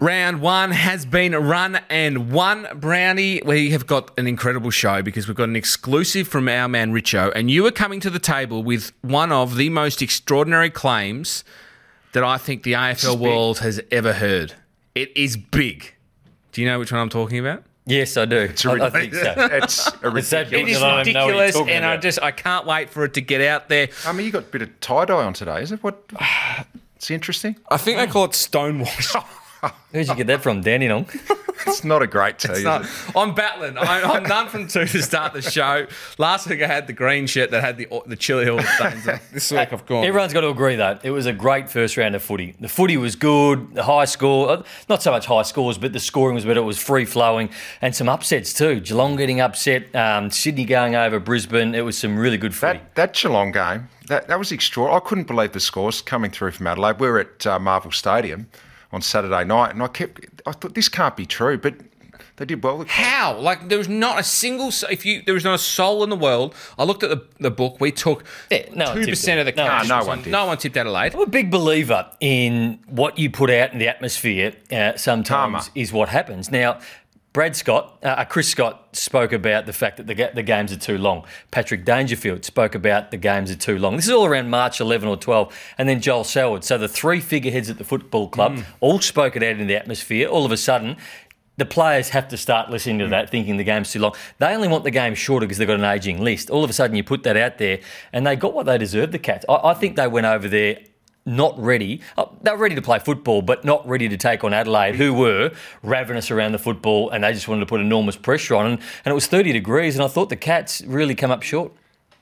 Round one has been run and one Brownie. We have got an incredible show because we've got an exclusive from our man Richo, and you are coming to the table with one of the most extraordinary claims that I think the AFL world has ever heard. It is big. Do you know which one I'm talking about? Yes, I do. I, I think so. It's a It's that ridiculous. big It is I don't even know what you're ridiculous, talking and I about. just I can't wait for it to get out there. I mean, you got a bit of tie dye on today. Is it what? It's interesting. I think they call it stonewashed. Where'd you get that from, Danny Long? It's not a great tea. It's is not- it? I'm battling. I, I'm none from two to start the show. Last week I had the green shirt that had the the chili hill stains. on it. this week I've gone. Everyone's got to agree though. It was a great first round of footy. The footy was good. The high score, uh, not so much high scores, but the scoring was better. It was free flowing and some upsets too. Geelong getting upset. Um, Sydney going over Brisbane. It was some really good footy. That that Geelong game, that, that was extraordinary. I couldn't believe the scores coming through from Adelaide. We were at uh, Marvel Stadium on Saturday night, and I kept, I thought this can't be true, but they did well. How? Like there was not a single. s- If you there was not a soul in the world. I looked at the, the book. We took Yeah, no one two percent of the tipped it. No cash. tipped it. No one one did. No one tipped Adelaide. I'm a big believer in what you put out in the atmosphere. Uh, sometimes Karma. is what happens. Now, Brad Scott, uh, uh, Chris Scott spoke about the fact that the, ga- the games are too long. Patrick Dangerfield spoke about the games are too long. This is all around March 11 or 12, and then Joel Soward. So the three figureheads at the football club all spoke it out in the atmosphere. All of a sudden. The players have to start listening to that, thinking the game's too long. They only want the game shorter because they've got an ageing list. All of a sudden, you put that out there, and they got what they deserved. The Cats. I, I think they went over there not ready. oh, They were ready to play football, but not ready to take on Adelaide, who were ravenous around the football, and they just wanted to put enormous pressure on. And, and it was 30 degrees, and I thought the Cats really come up short.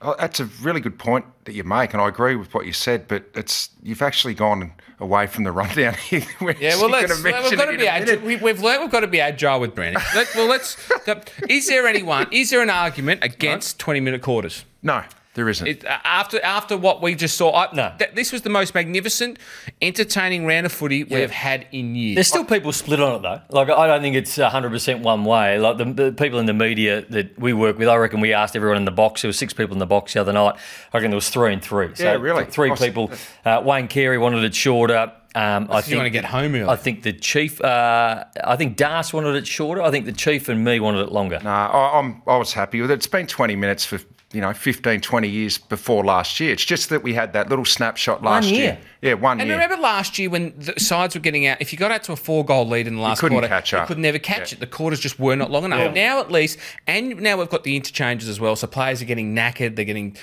Oh, that's a really good point that you make, and I agree with what you said. But it's you've actually gone away from the rundown here. Yeah, well, let's, we've got to be agile. We, we've learned we've got to be agile with Brandy. Let, well, let's. the- is there anyone? Is there an argument against twenty-minute quarters? No, there isn't. It, uh, after after what we just saw, I, No. th- this was the most magnificent, entertaining round of footy we've had in years. There's still people split on it though. Like I don't think it's 100% one way. Like the, the people in the media that we work with, I reckon we asked everyone in the box. There were six people in the box the other night. I reckon there was three and three. So Yeah, really. th- Three Awesome. people. Uh, Wayne Carey wanted it shorter. Um, I you want to get home early. I think the chief. Uh, I think Das wanted it shorter. I think the chief and me wanted it longer. No, Uh, I, I'm, I was happy with it. It's been 20 minutes for, you know, 15, 20 years before last year. It's just that we had that little snapshot last year. Yeah, one And year. remember last year when the sides were getting out, if you got out to a four goal lead in the last couldn't quarter, catch you up. could never catch it. The quarters just were not long enough. Now at least, and now we've got the interchanges as well. So players are getting knackered. They're getting,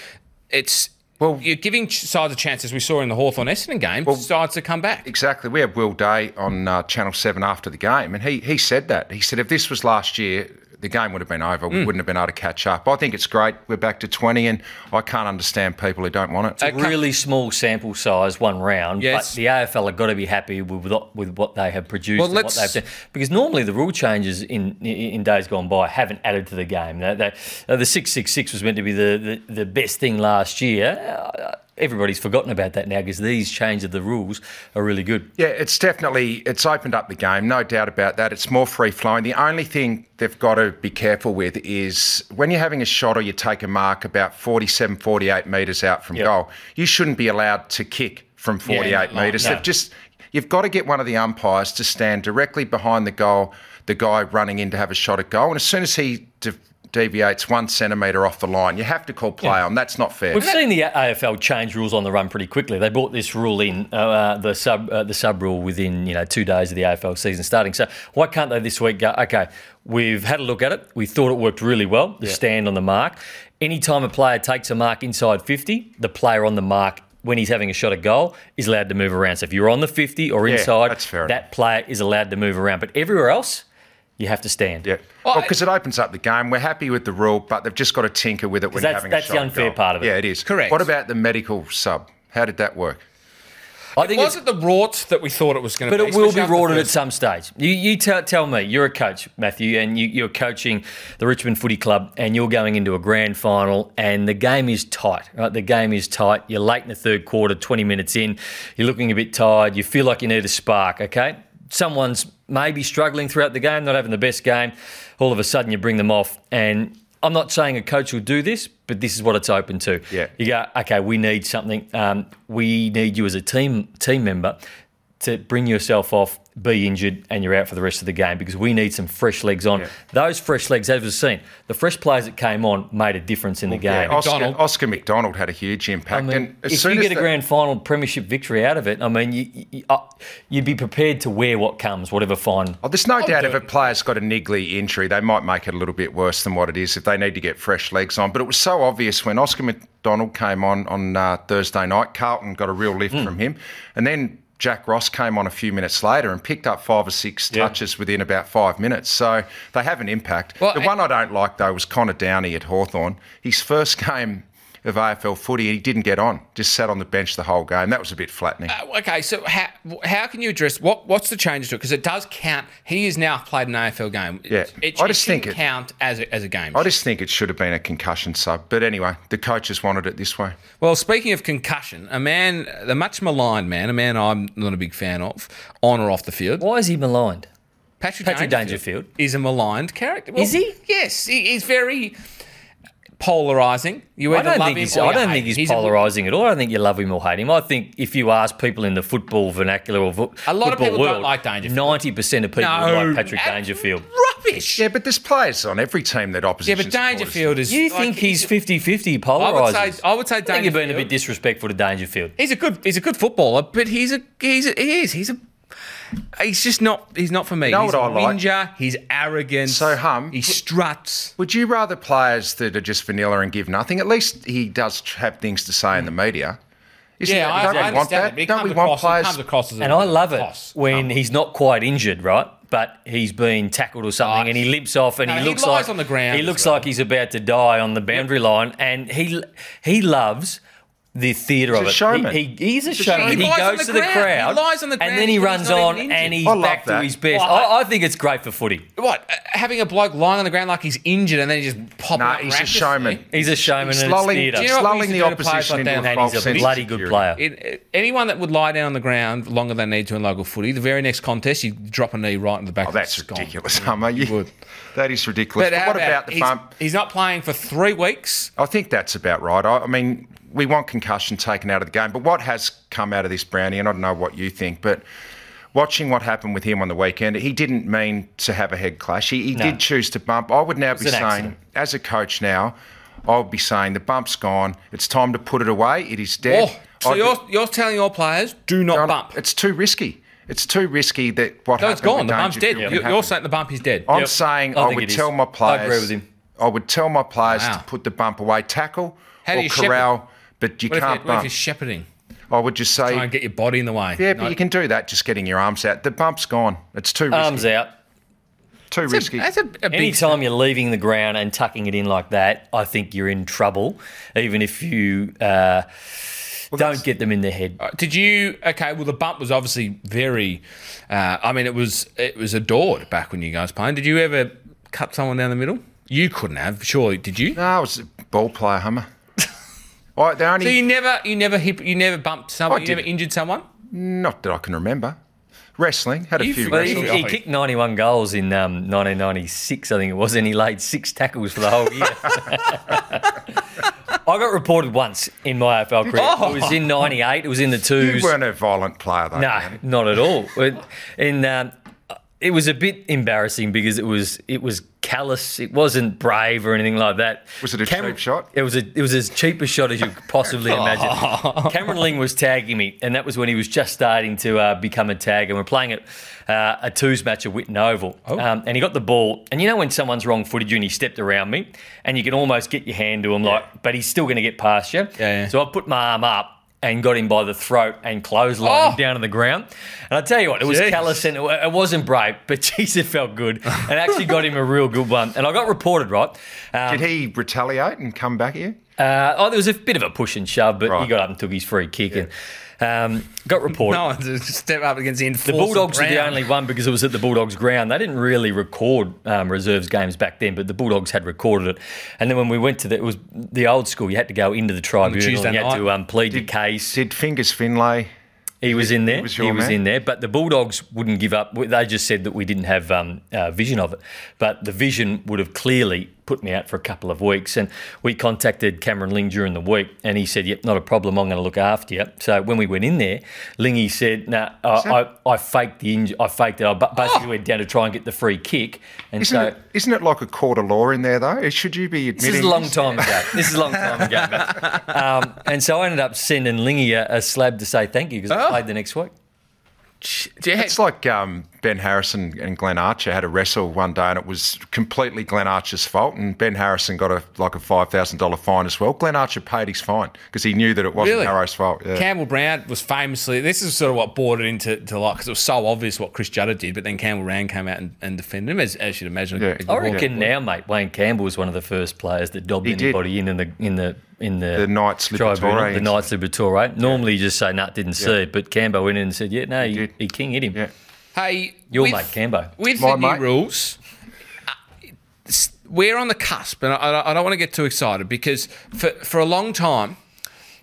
it's well, you're giving ch- sides a chance as we saw in the Hawthorn Essendon game. sides to come back. Exactly. We had Will Day on uh, Channel 7 after the game, and he, he said that. He said if this was last year, the game would have been over. Hmm. We wouldn't have been able to catch up. I think it's great. We're back to 20, and I can't understand people who don't want it. really small sample size, one round. Yes. But the AFL have got to be happy with what, with what they have produced Well, and what let's- they've done. Because normally the rule changes in in- in days gone by haven't added to the game. They, they, uh, the 666 was meant to be the, the, the best thing last year. Uh, Everybody's forgotten about that now because these changes of the rules are really good. Yeah, it's definitely it's opened up the game, no doubt about that. It's more free flowing. The only thing they've got to be careful with is when you're having a shot or you take a mark about 47, 48 metres out from goal, you shouldn't be allowed to kick from 48 no, metres. no. They've just you've got to get one of the umpires to stand directly behind the goal, the guy running in to have a shot at goal, and as soon as he de- deviates one centimetre off the line, you have to call play on. That's not fair. We've seen the AFL change rules on the run pretty quickly. They brought this rule in, uh, uh, the sub uh, the sub rule within you know two days of the AFL season starting. So why can't they this week go? Okay, we've had a look at it. We thought it worked really well. The stand on the mark. Anytime a player takes a mark inside fifty, the player on the mark. When he's having a shot at goal, is allowed to move around. So if you're on the 50 or inside, that's fair that player is allowed to move around. But everywhere else, you have to stand. Yeah. Well, because it opens up the game. We're happy with the rule, but they've just got to tinker with it when you're that's- having that's a the shot at unfair goal. part of it. Yeah, it is. Correct. What about the medical sub? How did that work? I think it's- Was it the rort that we thought it was going to But be? it will be especially after the rorted at first- some stage. You, you tell tell me, you're a coach, Matthew, and you, you're coaching the Richmond Footy Club, and you're going into a grand final, and the game is tight, right? The game is tight. You're late in the third quarter, 20 minutes in. You're looking a bit tired. You feel like you need a spark, okay? Someone's maybe struggling throughout the game, not having the best game. All of a sudden, you bring them off. And I'm not saying a coach will do this, but this is what it's open to. Yeah. You go, okay, we need something. Um, we need you as a team team member to bring yourself off, be injured, and you're out for the rest of the game because we need some fresh legs on. Those fresh legs, as we've seen, the fresh players that came on made a difference in the game. Oscar McDonald. Oscar McDonald had a huge impact. I mean, and as if soon you as get a the- grand final premiership victory out of it, I mean, you, you- you, uh, you'd be prepared to wear what comes, whatever fine. Oh, there's no doubt if a player's got a niggly injury, they might make it a little bit worse than what it is if they need to get fresh legs on. But it was so obvious when Oscar McDonald came on on uh, Thursday night. Carlton got a real lift from him, and then Jack Ross came on a few minutes later and picked up five or six touches within about five minutes. So they have an impact. Well, the and- one I don't like though was Connor Downey at Hawthorn. His first game. Of AFL footy, he didn't get on. Just sat on the bench the whole game. That was a bit flattening. Uh, okay, so how, how can you address what what's the changes to it? Because it does count. He has now played an AFL game. Yeah. it, I it just think shouldn't it- count as a, as a game. I just think it should have been a concussion sub. But anyway, the coaches wanted it this way. Well, speaking of concussion, a man, the much maligned man, a man I'm not a big fan of, on or off the field, Why is he maligned? Patrick, Patrick Dangerfield, Dangerfield. is a maligned character. Is he? Yes, he, he's very polarizing. You I either don't love think him he's, or I you don't hate think him. he's, a- polarizing at all. I don't think you love him or hate him. I think if you ask people in the football vernacular or vo- A lot of football people don't world, like Dangerfield. Ninety percent of people No, would like Patrick that- Dangerfield. Rubbish. Yeah, but there's players on every team that Yeah, opposition. but Dangerfield is. You like, think he's 50-50 I polarized? would say. I would say think you've been a Dangerfield- bit disrespectful to Dangerfield. he's a good he's a good footballer, but he's a he's a, he is he's a he's just not he's not for me. know he's what a I like? whinger, he's arrogant, So hum. he struts. Would you rather players that are just vanilla and give nothing? At least he does have things to say in the media. Isn't Yeah, that- I, don't I we understand want that. that? but he Don't comes we want across- he players? comes across as a- And I love it boss. when he's not quite injured, right? But he's been tackled or something, Oh, and he limps off, and no, he he looks lies like on the ground He as looks well. like he's about to die on the boundary line, and he he loves the theatre of a it. showman. He, he, he's a showman. showman. He He, lies on goes the to the ground. He crowd, lies on the ground and then he and he's runs not on, even injured. and he's I love back to that. his best. Well, I, I think it's great for footy. What uh, having a bloke lying on the ground like he's injured and then he just popping Nah, up. he's a miraculously. showman. He's a showman He's and it's lulling, theatre. Do you know what we lulling used to the do to players like opposition that? into And a And false he's a sense of bloody good security. player. It, uh, anyone that would lie down on the ground longer than they need to in local footy, the very next contest, you drop a knee right in the back. Oh, of that's the skull. ridiculous, Hummer. You, That is ridiculous. But, But, how what about, the he's, bump? He's not playing for three weeks. I think that's about right. I, I mean, we want concussion taken out of the game, but what has come out of this, Brownie, and I don't know what you think, but watching what happened with him on the weekend, he didn't mean to have a head clash. He, he did choose to bump. I would now be an saying, accident. as a coach now, I would be saying the bump's gone. It's time to put it away. It is dead. Oh, so I'd be- you're you're telling your players do not don't- bump. It's too risky. It's too risky that what No, it's happened gone. with The bump's dead. Dangerfield You're, can you're happen. saying the bump is dead. I'm Yep. saying I I, think would it is. tell my I players. agree with him. I would tell my players Wow. to put the bump away, tackle How do or you shepherd? corral, but you What if, can't you, what if bump. you're shepherding? I would just say, Try and get your body in the way. yeah, but you can do that. Just getting your arms out. The bump's gone. It's too risky. Arms out. too That's a, risky. that's a, a big. Anytime you're leaving the ground and tucking it in like that, I think you're in trouble, even if you uh, don't get them in the head. Did you? Okay. Well, the bump was obviously very. Uh, I mean, it was it was adored back when you guys playing. Did you ever cut someone down the middle? You couldn't have, surely. Did you? no, I was a ball player, Hummer. All right, the only So you never, you never hip, you never bumped someone. I You never didn't. injured someone. not that I can remember. Wrestling had a You few. forget- He, Wrestling. he kicked 91 goals in um, 1996, I think it was, and he laid six tackles for the whole year. I got reported once in my AFL career. It was in 98. It was in the Oh. You twos. weren't a violent player though. No, Brownie. not at all. It, and um, it was a bit embarrassing because it was it was callous. It wasn't brave or anything like that. Was it a cheap shot? Oh. It was a, it was as cheap a shot as you could possibly imagine. Cameron Ling was tagging me, and that was when he was just starting to uh, become a tag. And we're playing at uh, a twos match at Witten Oval, Oh. um, and he got the ball. And you know when someone's wrong footed you, and he stepped around me, and you can almost get your hand to him, like, but he's still going to get past you. yeah. So I put my arm up. And got him by the throat and clotheslined him Oh. down to the ground. And I tell you what, it was Jeez. callous and it it wasn't brave, but jeez, it felt good. And actually got him a real good one. And I got reported, right? Um, Did he retaliate and come back at you? uh, oh, there was a bit of a push and shove, but he Right. got up and took his free kick and um, got reported. No one to step up against the enforcer. The Bulldogs are the Brown. only one because it was at the Bulldogs ground. They didn't really record um, reserves games back then, but the Bulldogs had recorded it. And then when we went to the, it was the old school. You had to go into the tribunal. Tuesday and you had night. to um, plead your case. Did Fingers Finlay? He was in there. He was, was your man? in there, but the Bulldogs wouldn't give up. They just said that we didn't have um, uh, vision of it, but the vision would have clearly put me out for a couple of weeks. And we contacted Cameron Ling during the week, and he said, "Yep, not a problem. I'm going to look after you." So when we went in there, Lingy said, "No, I, I, I faked the injury. I faked it. I ba- basically went down to try and get the free kick." And Oh! Isn't, so it, isn't it like a court of law in there, though? Should you be admitting this is a long time ago. This is a long time ago. mate. Um, and so I ended up sending Lingy a, a slab to say thank you because I Oh. played the next week. Yeah, It's like um, Ben Harrison and Glenn Archer had a wrestle one day, and it was completely Glenn Archer's fault. And Ben Harrison got a like a five thousand dollar fine as well. Glenn Archer paid his fine because he knew that it wasn't Really? Harrow's fault. Yeah. Campbell Brown was famously. This is sort of what brought it into to light because it was so obvious what Chris Judder did, but then Campbell Brown came out and, and defended him, as, as you'd imagine. Yeah. I Yeah. reckon now, mate, Wayne Campbell was one of the first players that dobbed He did. anybody in in the in the in the, The Knights tribunal, Liberatore the incident. Knights Liberatore. Normally, you just say, "Nah, didn't see it," but Cambo went in and said, "Yeah, no, he, did. he king hit him." Yeah. Hey, Your with- mate Cambo. With My the new mate. rules, uh, it's- we're on the cusp, and I- I, I don't want to get too excited because for, for a long time,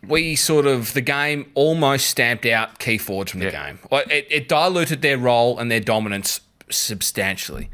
we sort of the game almost stamped out key forwards from the Yeah. game. Like, It, it diluted their role and their dominance substantially.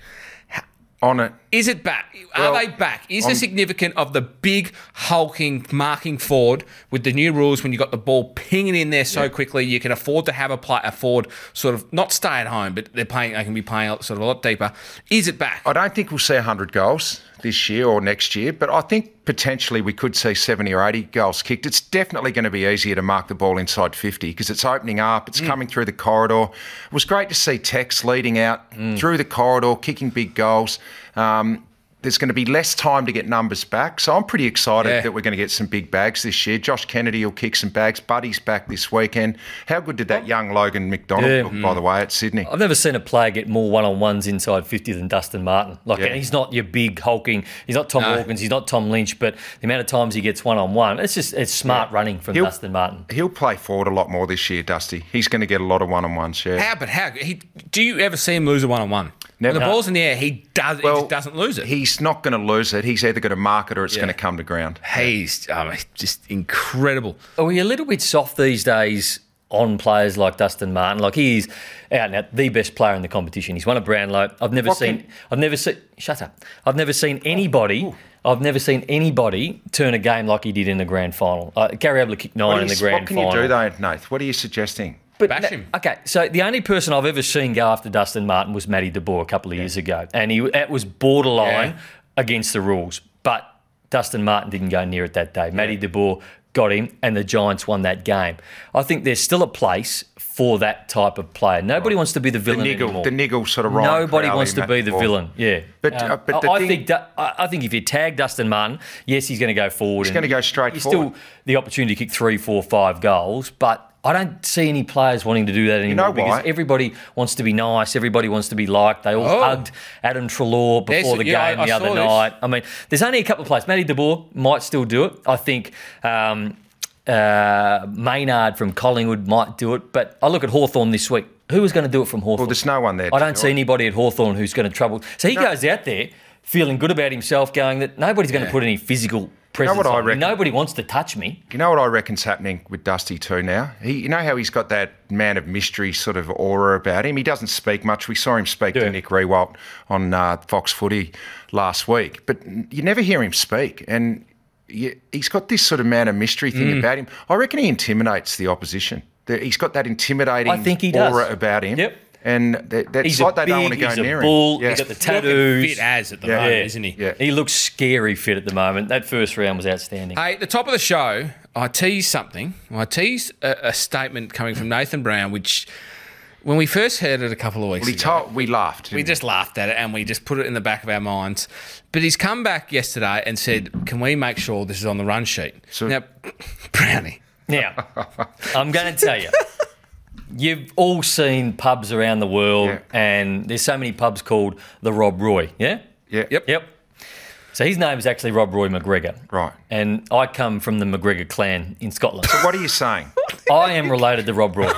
On it, Is it back? Are Well, they back? Is the significant of the big hulking marking forward with the new rules when you got the ball pinging in there so quickly you can afford to have a play a forward sort of not stay at home but they're playing they can be playing sort of a lot deeper. Is it back? I don't think we'll see hundred goals this year or next year, but I think potentially we could see seventy or eighty goals kicked. It's definitely going to be easier to mark the ball inside fifty because it's opening up, it's coming through the corridor. It was great to see Tex leading out through the corridor, kicking big goals. Um, there's going to be less time to get numbers back. So I'm pretty excited Yeah. that we're going to get some big bags this year. Josh Kennedy will kick some bags. Buddy's back this weekend. How good did that young Logan McDonald Yeah. look, by the way, at Sydney? I've never seen a player get more one on ones inside 50 than Dustin Martin. Like, and he's not your big hulking, he's not Tom Hawkins, he's not Tom Lynch, but the amount of times he gets one on one, it's just it's smart running from He'll- Dustin Martin. He'll play forward a lot more this year, Dusty. He's going to get a lot of one on ones, yeah. How but how he, do you ever see him lose a one on one? When Never. the ball's in the air, he does he Well, just doesn't lose it. He's not going to lose it. He's either going to mark it or it's going to come to ground. He's um, just incredible. Are we a little bit soft these days on players like Dustin Martin? Like he is out now the best player in the competition. He's won a Brownlow. I've never What seen. can- I've never seen. Shut up. I've never seen Oh, anybody. I've never seen anybody turn a game like he did in the grand final. Uh, Gary Ablett kicked nine What, in the is- grand what can final. you do, though, Nath? What are you suggesting? But Bash no- him. Okay, so the only person I've ever seen go after Dustin Martin was Matty De Boer a couple of years ago, and he that was borderline Yeah. against the rules. But Dustin Martin didn't go near it that day. Matty De Boer got him, and the Giants won that game. I think there's still a place for that type of player. Nobody wants to be the villain Niggle, anymore. the niggle sort of Ryan Nobody Crowley, wants to Matt be the Moore. villain. Yeah, But, uh, but the I, I thing- think Du- I I think if you tag Dustin Martin, yes, he's going to go forward. He's gonna go straight He's forward. still the opportunity to kick three, four, five goals, but. I don't see any players wanting to do that anymore know because why? everybody wants to be nice. Everybody wants to be liked. They all Oh. hugged Adam Trelaw before There's- the game yeah, I- I the saw other this. night. I mean, there's only a couple of players. Matty De Boer might still do it. I think um, uh, Maynard from Collingwood might do it. But I look at Hawthorn this week. Who was going to do it from Hawthorn? Well, there's no one there. I to don't do see it. anybody at Hawthorn who's going to trouble. So he goes out there feeling good about himself, going that nobody's going to put any physical presence what I on me. reckon? Nobody wants to touch me. You know what I reckon's happening with Dusty too now? He, you know how he's got that man of mystery sort of aura about him? He doesn't speak much. We saw him speak Yeah. to Nick Rewalt on uh, Fox Footy last week, but you never hear him speak. And you, he's got this sort of man of mystery thing Mm. about him. I reckon he intimidates the opposition. The- He's got that intimidating I think he does. aura about him. Yep. And that, that's He's like a they don't want big, to go he's near a bull. him. Yeah. He's got the Looking tattoos. fit as at the Yeah. moment, Yeah. isn't he? Yeah. He looks scary fit at the moment. That first round was outstanding. Hey, at the top of the show, I teased something. I teased a, a statement coming from Nathan Brown, which when we first heard it a couple of weeks He ago, told, we laughed. we just laughed at it and we just put it in the back of our minds. But he's come back yesterday and said, "Can we make sure this is on the run sheet?" now, Brownie, Now, I'm going to tell you. You've all seen pubs around the world, Yeah. and there's so many pubs called the Rob Roy. Yeah. yeah. Yep. Yep. So his name is actually Rob Roy McGregor. Right. And I come from the McGregor clan in Scotland. What are you saying? I am related to Rob Roy.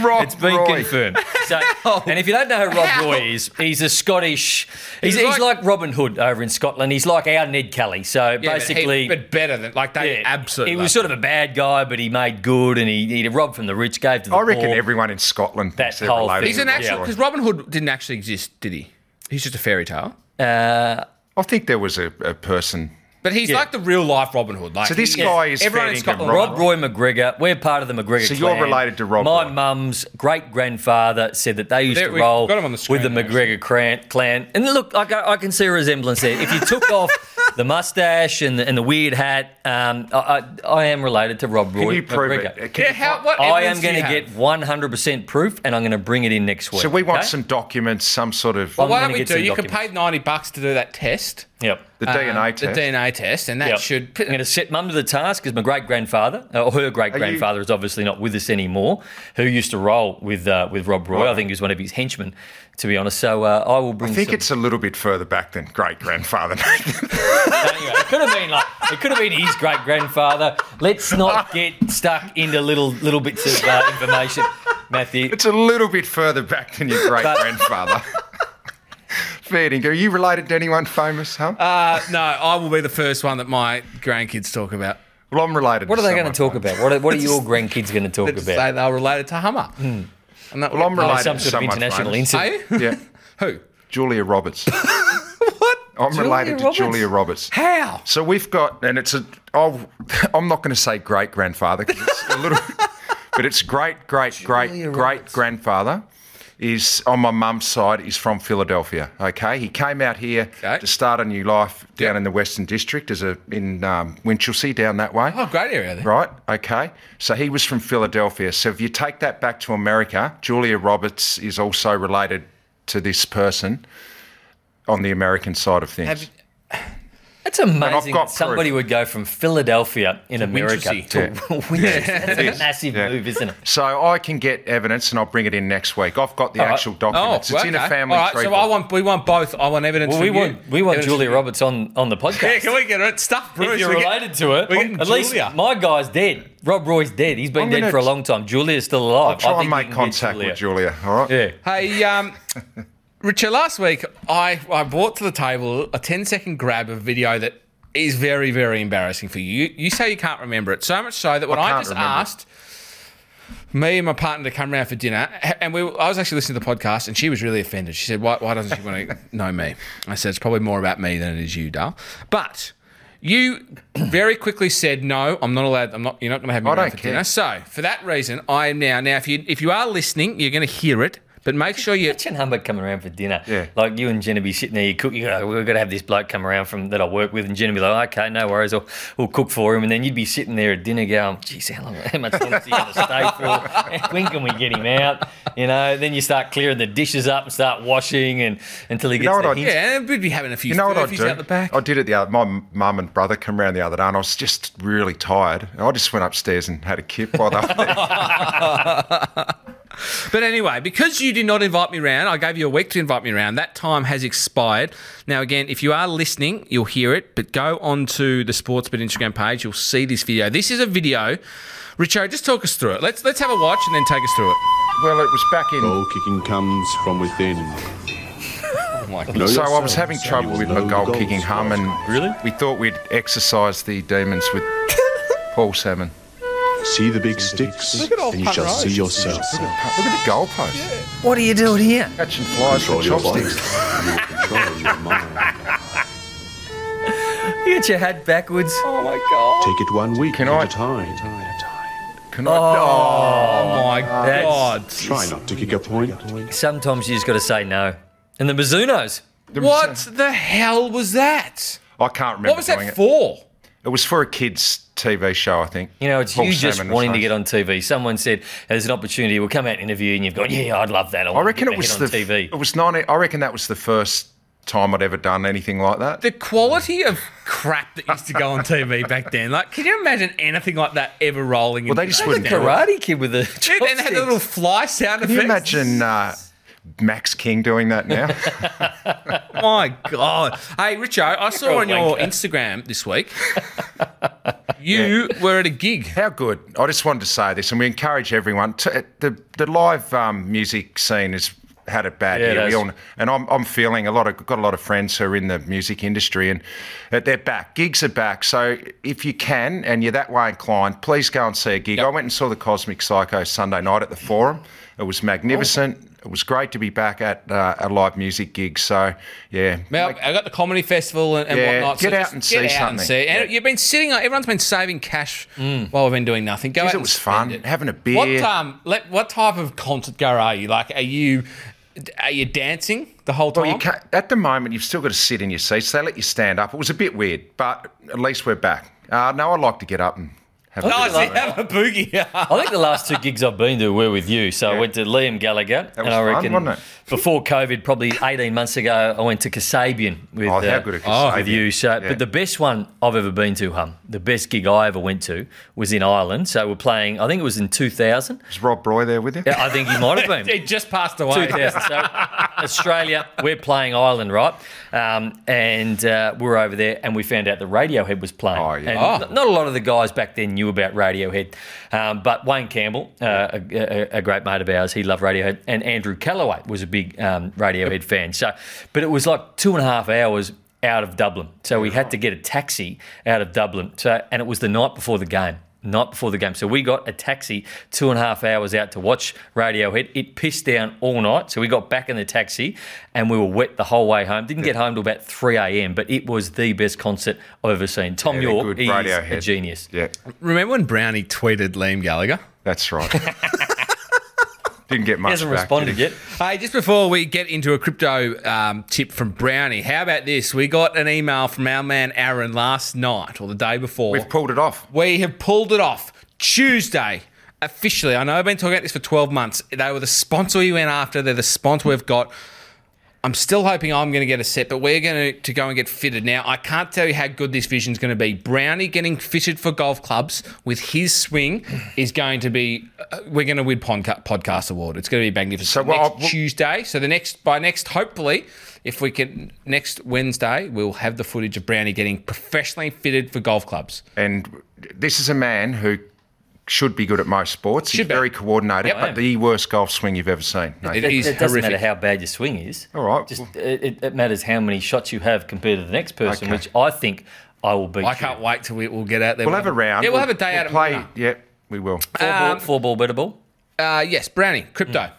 Rob It's been Roy. confirmed. So, Oh. and if you don't know who Rob Roy is, he's a Scottish. He's, he's, He's like, like- Robin Hood over in Scotland. He's like our Ned Kelly. So Yeah, but he- basically, but, better than like they yeah, absolutely. he was sort of a bad guy, but he made good, and he, he robbed from the rich, gave to the I reckon poor. everyone in Scotland That thinks they're whole related thing. He's to an Rob actual Roy. because Robin Hood didn't actually exist, did he? He's just a fairy tale. I think there was a, a person. But he's like the real life Robin Hood. Like So this he- guy is everyone fair in dinkum, Scotland. Rob. Rob. Rob Roy McGregor. We're part of the McGregor So you're clan. related to Rob My Roy. mum's great grandfather said that they used There, to we've roll got him on the with screen the there, McGregor clan, clan. And look, I, ca- I can see a resemblance there. If you took off the mustache and the, and the weird hat, um, I, I, I am related to Rob Roy Can you prove McGregor. it? Can Yeah, you- how, what I am going to get 100% proof, and I'm going to bring it in next week. so we want okay? some documents, some sort of Well, I'm Why gonna don't we get do? some You can pay documents. ninety bucks to do that test. Yep. the DNA um, test. The DNA test, and that Yep. should. I'm going to set mum to the task because my great grandfather, or her great grandfather, is obviously not with us anymore. Who used to roll with uh, with Rob Roy? I think he was one of his henchmen, to be honest. So uh, I will bring. I think some- it's a little bit further back than great grandfather. Anyway, it could have been like it could have been his great grandfather. Let's not get stuck into little little bits of uh, information, Matthew. it's a little bit further back than your great grandfather. Fair dinkum. Are you related to anyone famous, huh? Uh, no, I will be the first one that my grandkids talk about. well, I'm related. What are they someone going to talk famous. about? What are, what are your grandkids going to talk Just about? Say they were related to Hummer. Hmm. And that Well, I'm Oh, related some to sort of someone international famous. Are incident. you? Yeah, Who? Julia Roberts. what? I'm related to Roberts? Julia Roberts. How? So we've got, and it's a. Oh, I'm not going to say great grandfather because it's a little, but it's great, great, great, great grandfather. Is on my mum's side. Is from Philadelphia. Okay, he came out here Okay. to start a new life down in the Western District, as a in um, Winchelsea down that way. Oh, great area there. Right. Okay. So he was from Philadelphia. So if you take that back to America, Julia Roberts is also related to this person on the American side of things. Have- That's amazing. got that somebody proof. would go from Philadelphia in America Winchelsea. to Winchelsea. That's a massive Yeah. move, isn't it? so I can get evidence and I'll bring it in next week. I've got the right. actual Oh, documents. it's in a okay. family All right, tree. so book. I want we want both. I want evidence. Well, from we you. want we want Evidence Julia from you. Roberts on on the Yeah, podcast. can we get it? Stuff, Bruce. if you're we get- related to her, we're getting at least Julia. my guy's dead. Rob Roy's dead. He's been I'm dead gonna- for a long time. Julia's still alive. I'll try I and think we make can get contact with Julia. All right. Yeah. Hey, um, Richard, last week I, I brought to the table a 10 second grab of video that is very, very embarrassing for you. You, you say you can't remember it. So much so that when I, can't just remember it. asked me and my partner to come round for dinner, h- and we, were- I was actually listening to the podcast, and she was really offended. She said, Why, why doesn't she want to know me? I said, It's probably more about me than it is you, Dale. But. You very quickly said no. I'm not allowed. I'm not. You're not going to have me I round don't for care. dinner. So for that reason, I am now. Now, if you if you are listening, you're going to hear it. But make sure you Imagine Humbert coming around for dinner. Yeah. Like you and Jenna be sitting there, you cook, you go, we've got to have this bloke come around from that I work with, and Jenna be like, okay, no worries, I'll, we'll cook for him. And then you'd be sitting there at dinner going, geez, how, long, how much longer is he going to stay for? when can we get him out? You know, then you start clearing the dishes up and start washing and until he gets know the what I- hint. Yeah, and we'd be having a few You know what I furfies do? out the back. I did it the other. My mum and brother come round the other day, and I was just really tired. And I just went upstairs and had a kip while they were there. But anyway, because you did not invite me round, I gave you a week to invite me round. That time has expired. Now, again, if you are listening, you'll hear it, but go onto the Sportsbet Instagram page. You'll see this video. This is a video. Richo, just talk us through it. Let's let's have a watch and then take us through it. Well, it was back in. Goal kicking comes from within. Oh So I was having trouble with my goal kicking hum, and Really? we thought we'd exercise the demons with Paul Salmon. See the big sticks, and you shall see yourself. Look at the goalpost. What are you doing here? Catching flies Control with your body. chopsticks. You will control your mind. You get your hat backwards. Oh my god. Take it one week Can I- at a time. Can I? Oh. Oh my That's- god. Try not to kick a point. Sometimes you just got to say no. And the Mizunos. What the hell was that? Oh, I can't remember What was doing that it. for? It was for a kids' TV show, I think. You know, it's Paul you just Salmon or wanting to something. get on TV. Someone said, "There's an opportunity. We'll come out and interview," and you've gone, "Yeah, I'd love that." I, I want to reckon it get back was in the. on TV. It was 90, I reckon that was the first time I'd ever done anything like that. The quality of crap that used to go on TV back then. Like, can you imagine anything like that ever rolling? Well, they just wouldn't do it. Karate Kid with the Dude, and it had a little fly sound Can you effect. imagine uh, Max King doing that now? My God. Hey, Richo, I saw You're a on your wanker. Instagram this week you were at a gig. How good! I just wanted to say this, and we encourage everyone. To, the the live um, music scene has had a bad Yeah, it year, has. we all, kn- and I'm I'm feeling a lot of got a lot of friends who are in the music industry, and that they're back. Gigs are back, so if you can and you're that way inclined, please go and see a gig. I went and saw the Cosmic Psycho Sunday night at the Forum. It was magnificent. It was great to be back at uh, a live music gig. So, yeah. Now, I got the comedy festival and, and Yeah, whatnot. get out just and get see out And, something. see. and you've been sitting. on- Everyone's been saving cash Mm. while we've been doing nothing. Go out it and was spend fun. it. Having a beer. What um, let, what type of concert goer are you? Like, are you are you dancing the whole time? Well, you can't, at the moment, you've still got to sit in your seat, so they let you stand up. It was a bit weird, but at least we're back. Uh, no, I like to get up and have a Oh, bit so of you have a boogie. I think the last two gigs I've been to were with you. So I went to Liam Gallagher, and was I fun, reckon wasn't it? before COVID, probably eighteen months ago, I went to Kasabian with uh, Oh, how good of Kasabian. with you. So, Yeah. but the best one I've ever been to, hum, the best gig I ever went to was in Ireland. So we're playing. I think it was in two thousand. Is Rob Roy there with you? I think he might have been. it just passed away. 2000. So Australia, we're playing Ireland, right? Um, and uh, we we're over there, and we found out that Radiohead was playing. Oh, yeah. And Oh. n- Not a lot of the guys back then knew about Radiohead, um, but Wayne Campbell, uh, a, a, a great mate of ours, he loved Radiohead, and Andrew Calloway was a big um, Radiohead fan. So, but it was like two and a half hours. Out of Dublin, so we had to get a taxi out of Dublin. So, and it was the night before the game night before the game. So we got a taxi two and a half hours out to watch Radiohead. It pissed down all night. So we got back in the taxi and we were wet the whole way home. Didn't get home till about 3 a.m., but it was the best concert I've ever seen. Tom Yeah, they're York good. is a Radiohead. genius. Yeah, Remember when Brownie tweeted Liam Gallagher? that's right. Didn't get much. He hasn't back, did responded he? yet. Hey, just before we get into a crypto um, tip from Brownie, how about this? We got an email from our man Aaron last niet or the day before. We've pulled it off. We have pulled it off. Tuesday, officially. I know I've been talking about this for 12 months. They were the sponsor we went after. They're the sponsor we've got. I'm still hoping I'm going to get a set, but we're going to, to go and get fitted now. I can't tell you how good this vision's going to be. Brownie getting fitted for golf clubs with his swing is going to be. uh, we're going to win podca- podcast award. It's going to be magnificent. So So what next I'll- Tuesday. So the next by next, hopefully, if we can next Wednesday, we'll have the footage of Brownie getting professionally fitted for golf clubs. And this is a man who should be good at most sports. He's Should be. very coordinated, but the worst golf swing you've ever seen. No, It It, is it doesn't horrific. matter how bad your swing is. All right. Just, it, it- it matters how many shots you have compared to the next person, Okay. which I think I will beat. I can't wait till we, we'll get out there. we'll have a round. Yeah, we'll, have a day we'll out at play. Moona. Yeah, we will. you. Four, ball, four ball, better ball. Uh, yes, Brownie, crypto.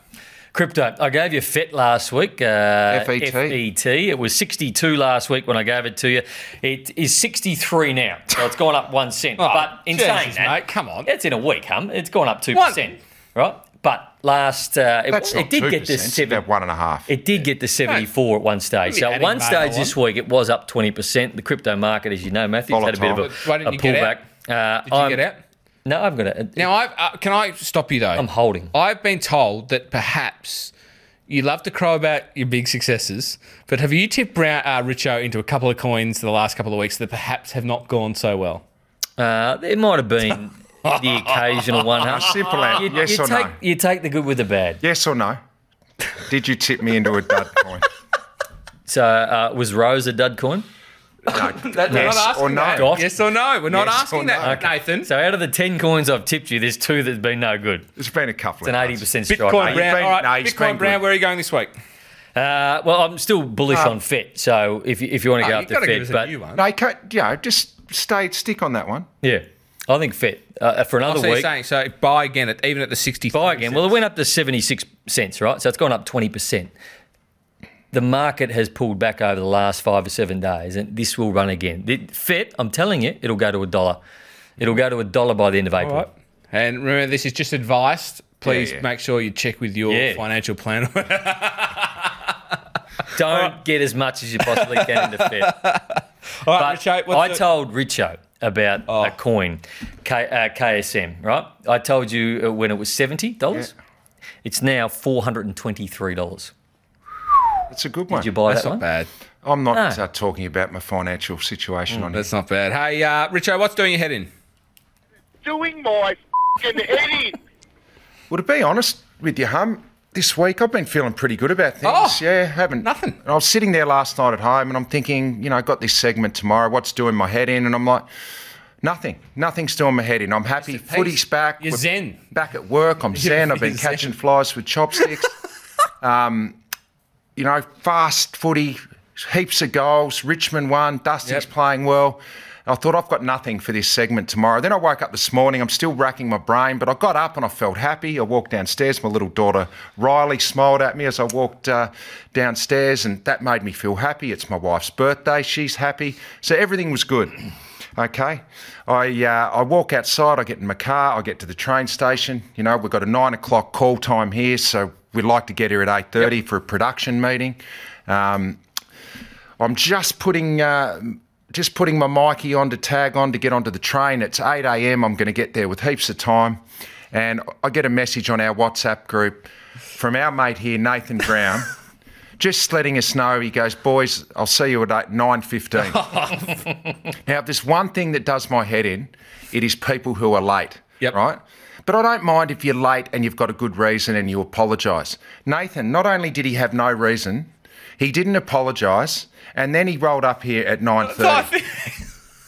Crypto. I gave you FET last week. Uh, FET. FET. It was 62 last week when I gave it to you. It is 63 now. So it's gone up one cent. Oh, but in saying Jesus, that, mate, come on. It's in a week, hum. It's gone up 2%. One. Right? But last, uh, it, That's it not did 2%, get to it's seven. about one and a half. It did get to 74 at one stage. Maybe So at adding one mail stage on. this week, it was up 20%. The crypto market, as you know, Matthew, had a bit of a, Volatile. Why didn't a you get pullback. out? Uh, Did you I'm, get out? No, I'm going to. Now, I've, uh, can I stop you though? I'm holding. I've been told that perhaps you love to crow about your big successes, but have you tipped Brown, uh, Richo into a couple of coins in the last couple of weeks that perhaps have not gone so well? Uh, it might have been the occasional one. Huh? simple answer, yes you or take, no? You take the good with the bad. Yes or no? Did you tip me into a dud coin? So uh, was Rose a dud coin? We're not yes asking or no? that. Gosh. Yes or no? We're not Yes or asking no. that, Nathan. So out of the 10 coins I've tipped you, there's two that's been no good. It's been a couple. It's an of 80% strike. Bitcoin Brown. rate. been- All right, no, he's been Bitcoin Brown, good. where are you going this week? Uh, well, I'm still bullish Um, on FET. So if you, if you want to go Oh, up you've to got to FET, give us a but new one. No, you can't- you know, just stay stick on that one. yeah, I think FET uh, for another Oh, So you're week. saying, so buy again, at, even at the 63 Buy again. Well, it went up to 76 cents, right? So it's gone up 20%. The market has pulled back over the last five or seven days, and this will run again. The FET, I'm telling you, it'll go to a dollar. It'll go to a dollar by the end of April. Right. And remember, this is just advice. Please yeah. make sure you check with your Yeah. financial planner. Don't get as much as you possibly can into FET. All But right, Richo, I what's the- Oh. told Richo about a coin, K, uh, KSM, right? I told you uh, when it was $70. It's now $423. It's a good one. Did you buy that's that not one? bad. I'm not No. Mm, uh, talking about my financial situation on this. That's not bad. Hey, uh, Richo, what's doing your head in? doing my fing head in. Well, to be honest with you, hum, this week I've been feeling pretty good about things. Oh, yeah, haven't nothing. And I was sitting there last night at home, and I'm thinking, you know, I got this segment tomorrow. What's doing my head in? And I'm like, nothing. Nothing's doing my head in. I'm happy. peace. Footy's back. You're We're zen. Back at work. I'm zen. I've been you're zen. catching flies with chopsticks. um, you know, fast footy, heaps of goals. Richmond won. Dusty's Yep. playing well. I thought I've got nothing for this segment tomorrow. Then I woke up this morning, I'm still racking my brain, but I got up and I felt happy. I walked downstairs. My little daughter Riley smiled at me as I walked uh, downstairs, and that made me feel happy. It's my wife's birthday. She's happy. So everything was good. Okay, I uh, I walk outside. I get in my car. I get to the train station. You know, we've got a nine o'clock call time here, so we'd like to get here at eight thirty for a production meeting. Um, I'm just putting uh, just putting my Mikey on to tag on to get onto the train. It's 8 a.m. I'm going to get there with heaps of time, and I get a message on our WhatsApp group from our mate here, Nathan Brown. Just letting us know, he goes, boys. I'll see you at nine fifteen. Now, if there's one thing that does my head in, it is people who are late. Yep. Right? But I don't mind if you're late and you've got a good reason and you apologise. Nathan, not only did he have no reason, he didn't apologise, and then he rolled up here at 9.30.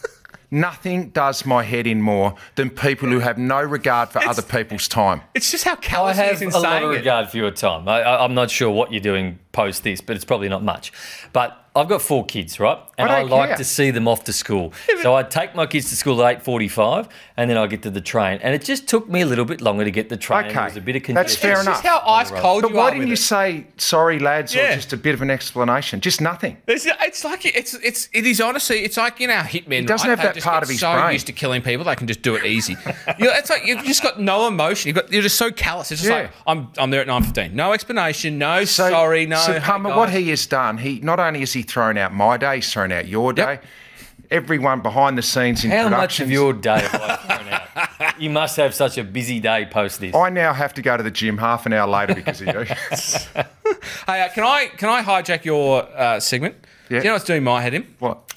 Nothing does my head in more than people who have no regard for other people's time. It's just how I callous he have is in a lot of saying it. regard for your time. I, I, I'm not sure what you're doing post this, but it's probably not much. But I've got four kids, right? And I I, don't like care. to see them off to school. so I take my kids to school at 8.45 and then I get to the train. And it just took me a little bit longer to get the train. Okay. There was a bit of congestion. That's fair It's just enough. how ice cold But you why are didn't with you it. say sorry, lads, Yeah. or just a bit of an explanation? Just nothing. It's, it's like it's it's it is honestly it's like in our hitmen. He doesn't have that part of his so brain. used to killing people, they can just do it easy. you know, it's like you've just got no emotion. You've got you're just so callous. It's just Yeah. like I'm I'm there at nine fifteen. No explanation. No sorry. No. So hey, Palmer, guys. what he has done, he not only has he thrown out my day, he's thrown out your day. Yep. Everyone behind the scenes in How much production. of your day have I thrown out? You must have such a busy day post this. I now have to go to the gym half an hour later because of you. Hey, uh, can I can I hijack your uh, segment? Yeah. Do you know what's doing my head in? what?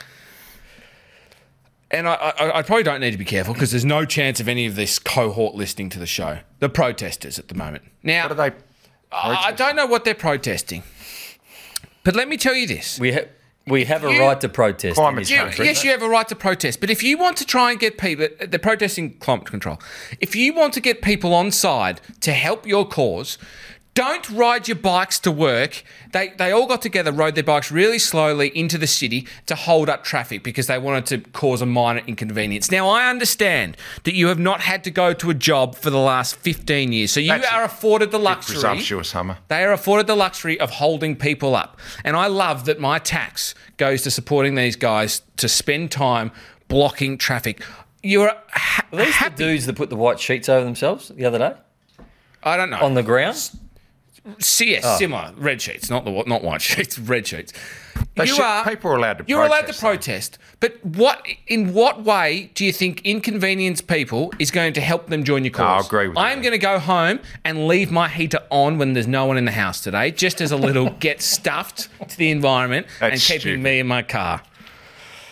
And I, I, I probably don't need to be careful because there's no chance of any of this cohort listening to the show. The protesters at the moment. Now, What are they? I I don't know what they're protesting, but let me tell you this. We, ha- we have a You- right to protest. in Climate this You- change. country. yes, you have a right to protest, but if you want to try and get people, they're protesting climate control. If you want to get people on side to help your cause, don't ride your bikes to work. They they all got together, rode their bikes really slowly into the city to hold up traffic because they wanted to cause a minor inconvenience. Now I understand that you have not had to go to a job for the last fifteen years, so you That's are afforded the luxury. Presumptuous Hummer. They are afforded the luxury of holding people up. And I love that my tax goes to supporting these guys to spend time blocking traffic. You're ha- Were these happy. the dudes that put the white sheets over themselves the other day I don't know. on the ground? CS, Ah. similar. Red sheets, not the wa- not white sheets, red sheets. They should- people are allowed to You're allowed to protest, though. protest. But what in what way do you think inconvenience people is going to help them join your cause? agree with you I'm there. going to go home and leave my heater on when there's no one in the house today, just as a little get stuffed to the environment That's and keeping stupid. me in my car.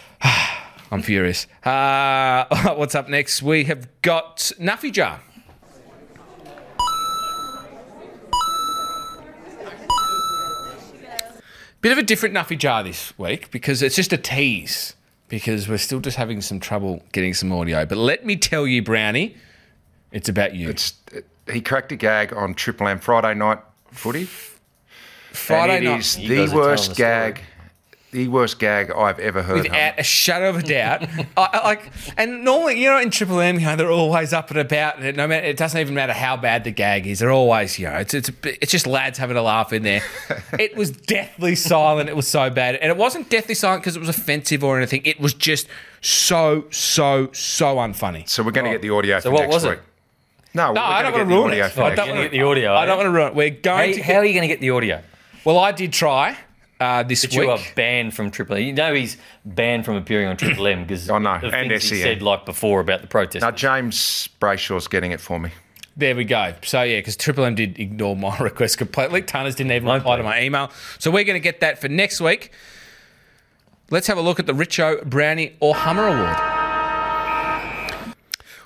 I'm furious. Uh, what's up next? We have got Nuffy Jar. Bit of a different Nuffy Jar this week because it's just a tease because we're still just having some trouble getting some audio. But let me tell you, Brownie, it's about you. It's, he cracked a gag on Triple M Friday night footy. Friday and it night. is You guys are the telling worst the story. gag, the worst gag I've ever heard. Hummer. without a shadow of a doubt. I, I, like, and normally, you know, in Triple M, you know, they're always up and about. and No matter, it doesn't even matter how bad the gag is. They're always, you know, it's it's it's just lads having a laugh in there. it was deathly silent. It was so bad, and it wasn't deathly silent because it was offensive or anything. It was just so so so unfunny. So we're going to get the audio for what next was it? week. No, Oh. No, I don't we're want going to to ruin get the audio it. for I next don't week. want You're gonna get the audio, I eh? don't want to ruin it. We're going How, to. how Get, are you going to get the audio? well, I did try uh, this But week. you are banned from Triple M. You know he's banned from appearing on Triple M because I know, the Oh, and E things he SEN. said like before about the protest. Now, James Brayshaw's getting it for me. There we go. So yeah, because Triple M did ignore my request completely. Tunners didn't even No reply to problem. my email. So we're going to get that for next week. Let's have a look at the Richo Brownie or Hummer Award.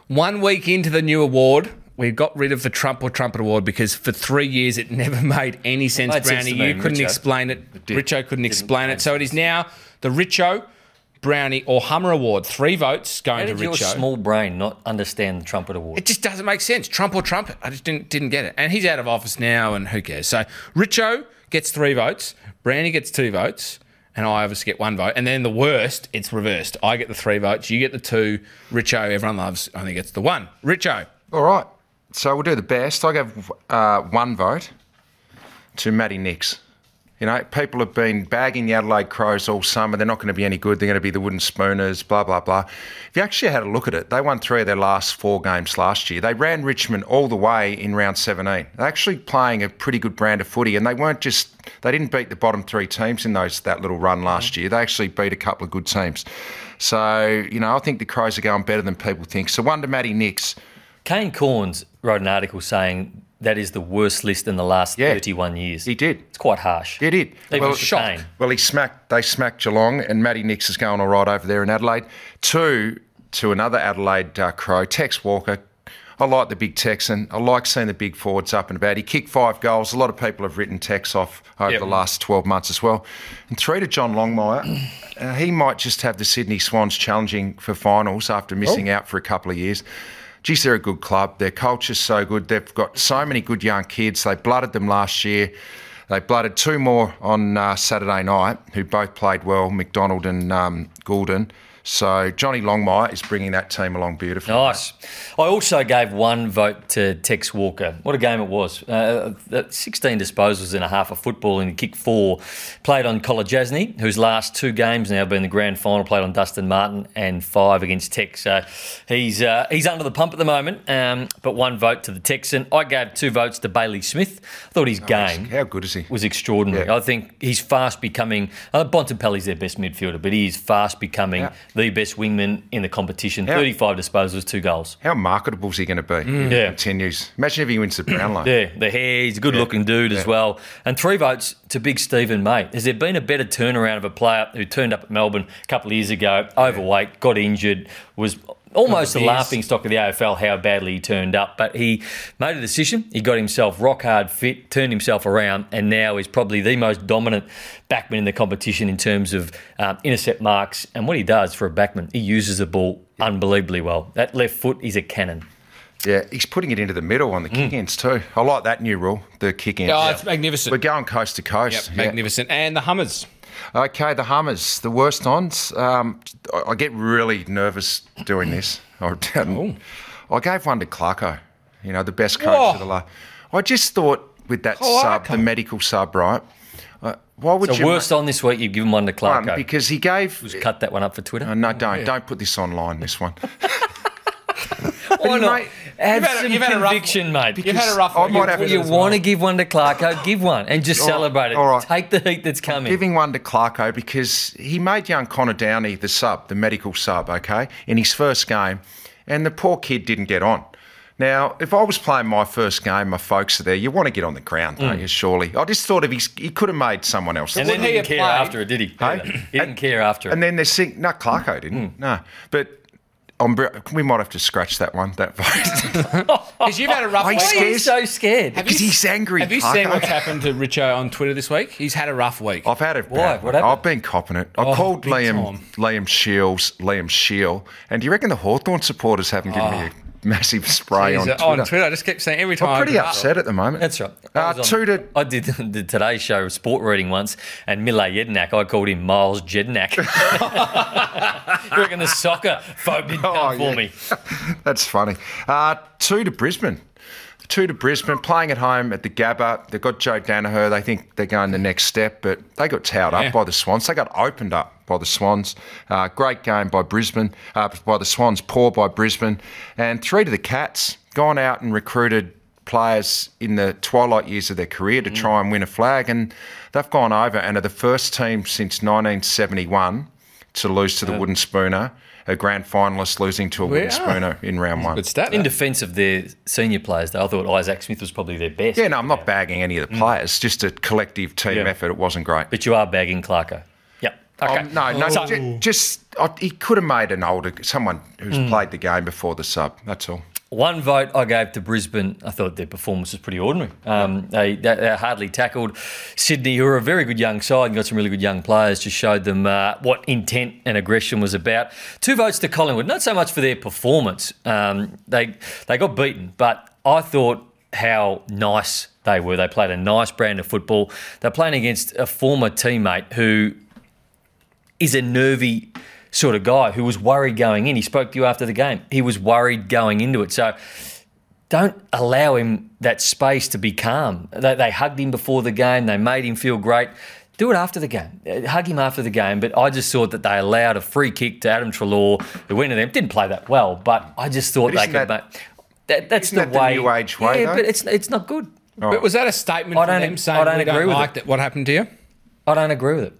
One week into the new award, we got rid of the Trump or Trumpet Award because for three years it never made any sense. made sense Brownie, to me you and couldn't Richo. explain it. Richo couldn't explain it. So it is now the Richo Brownie or Hummer Award. Three votes how going did to your Richo. small brain not understand the trumpet award? It just doesn't make sense. Trump or Trump? I just didn't didn't get it. And he's out of office now, and who cares? So Richo gets three votes, Brandy gets two votes, and I obviously get one vote. And then the worst, it's reversed. I get the three votes, you get the two. Richo, everyone loves, I think it's the one. Richo. All right. So we'll do the best. I gave uh, one vote to Matty Nix. You know, people have been bagging the Adelaide Crows all summer. They're not going to be any good. They're going to be the wooden spooners, blah, blah, blah. If you actually had a look at it, they won three of their last four games last year. They ran Richmond all the way in round 17. They're actually playing a pretty good brand of footy, and they weren't just, they didn't beat the bottom three teams in those that little run last year. They actually beat a couple of good teams. So, you know, I think the Crows are going better than people think. So, one to Matty Nix. Kane Corns wrote an article saying that is the worst list in the last Yeah. 31 years. He did. It's quite harsh. He did. Even Well, for Kane. Well, he smacked. They smacked Geelong, and Matty Nix is going all right over there in Adelaide. Two to another Adelaide uh, Crow, Tex Walker. I like the big Texan. I like seeing the big forwards up and about. He kicked five goals. A lot of people have written Tex off over the last 12 months as well. And three to John Longmire. Uh, he might just have the Sydney Swans challenging for finals after missing out for a couple of years. Geez, they're a good club. Their culture's so good. They've got so many good young kids. They blooded them last year. They blooded two more on uh, Saturday night, who both played well, McDonald and um, Goulden. So Johnny Longmire is bringing that team along beautifully. Nice. I also gave one vote to Tex Walker. What a game it was. Uh, that 16 disposals in a half of football and he kicked four. Played on Kolajasny, whose last two games now have been the grand final, played on Dustin Martin and five against Tex. So he's, uh, he's under the pump at the moment, um, but one vote to the Texan. I gave two votes to Bailey Smith. I thought his game How good is he? was extraordinary. Yeah. I think he's fast becoming. Uh, Bontempelli's their best midfielder, but he is fast becoming Yeah. the best wingman in the competition. Yeah. Thirty-five disposals, two goals. How marketable is he going to be? if he Mm. Yeah. Continues. Imagine if he wins the Brownlow. Yeah, the hair. He's a good-looking dude as well. And three votes to Big Stephen May. Has there been a better turnaround of a player who turned up at Melbourne a couple of years ago, overweight, got injured, was almost the laughing stock of the AFL? How badly he turned up, but he made a decision. He got himself rock hard fit, turned himself around, and now is probably the most dominant backman in the competition in terms of um, intercept marks and what he does for a backman. He uses the ball unbelievably well. That left foot is a cannon. Yeah, he's putting it into the middle Mm. on the kick ends too. I like that new rule, the kick ends. Oh, it's magnificent. We're going coast to Yep, coast. Yeah. magnificent. And the Hummers. Okay, the Hummers, the worst ons. Um, I- I get really nervous doing this. I, didn't- I gave one to Clarko, you know, the best coach Oh. Whoa. of the last. I just thought with that sub, the medical sub, right? Uh, why would The you worst on this week, you've given one to make Clarko. one? Because he gave. cut that one up for Twitter. Oh, no, don't don't put this online. This one. Why you not? might- Have You've had a- some you've had a rough- conviction, mate. You've had a rough I one. might have If it you as want to give one to Clarko, give one and just celebrate it. all right. Take the heat that's coming. Giving one to Clarko because he made young Connor Downey the sub, the medical sub, okay, in his first game, and the poor kid didn't get on. Now, if I was playing my first game, my folks are there. You want to get on the ground, don't you? Surely, I just thought if he's, he could have made someone else. Mm. and then Wouldn't he he didn't have care played? after it, did he? He didn't And- care after it. And then they're sing. No, Clarko didn't. Mm. No, but. I'm br- we might have to scratch that one, that vote. Because you've had a rough Why week. he's Why are you Oh, scared? so scared? Have Because he's angry, Have you Clarko. seen what's happened to Richo on Twitter this week? He's had a rough week. I've had it. bad. What happened? Oh, I've been copping it. I called big Liam time. Liam Shields, Liam Shield, and do you reckon the Hawthorn supporters haven't given Oh. me a massive spray on He's, uh, Twitter? on Twitter. I just kept saying every time. I'm I pretty open it up. upset at the moment. Oh, That's right. I Uh, was on- two to I did the Today Show sport reading once, and Mila Jednak, I called him Miles Jednak. you reckon the soccer folk did come Oh, for yeah. me? That's funny. Uh, two to Brisbane. Two to Brisbane, playing at home at the Gabba. They've got Joe Danaher. They think they're going the next step, but they got towed Yeah. up by the Swans. They got opened up by the Swans. Uh, great game by Brisbane, uh, by the Swans, poor by Brisbane. And three to the Cats, gone out and recruited players in the twilight years of their career to try and win a flag. And they've gone over and are the first team since 1971 to lose to the Wooden Spooner, a grand finalist losing to a Wooden Spooner in round one. Good stat. In defence of their senior players, though, I thought Isaac Smith was probably their best. Yeah, no, I'm not bagging any of the players. Just a collective team Yeah. effort. It wasn't great. But you are bagging Clarko. Yep. Okay. Um, no, no, ju- just I, he could have made an older someone who's played the game before the sub. That's all. One vote I gave to Brisbane. I thought their performance was pretty ordinary. Um, they, they, they hardly tackled Sydney, who are a very good young side and got some really good young players, just showed them uh, what intent and aggression was about. Two votes to Collingwood, not so much for their performance. Um, they, they got beaten, but I thought how nice they were. They played a nice brand of football. They're playing against a former teammate who is a nervy sort of guy who was worried going in. He spoke to you after the game. He was worried going into it. So don't allow him that space to be calm. They, they hugged him before the game. They made him feel great. Do it after the game. Uh, Hug him after the game. But I just thought that they allowed a free kick to Adam Trelaw, who went to them. Didn't play that well, but I just thought But they isn't could. that- make, that, that's isn't that the the way. new age way, Yeah, though? but it's it's not good. But was that a statement I from don't- them saying I don't we agree don't with like it. that? What happened to you? I don't agree with it.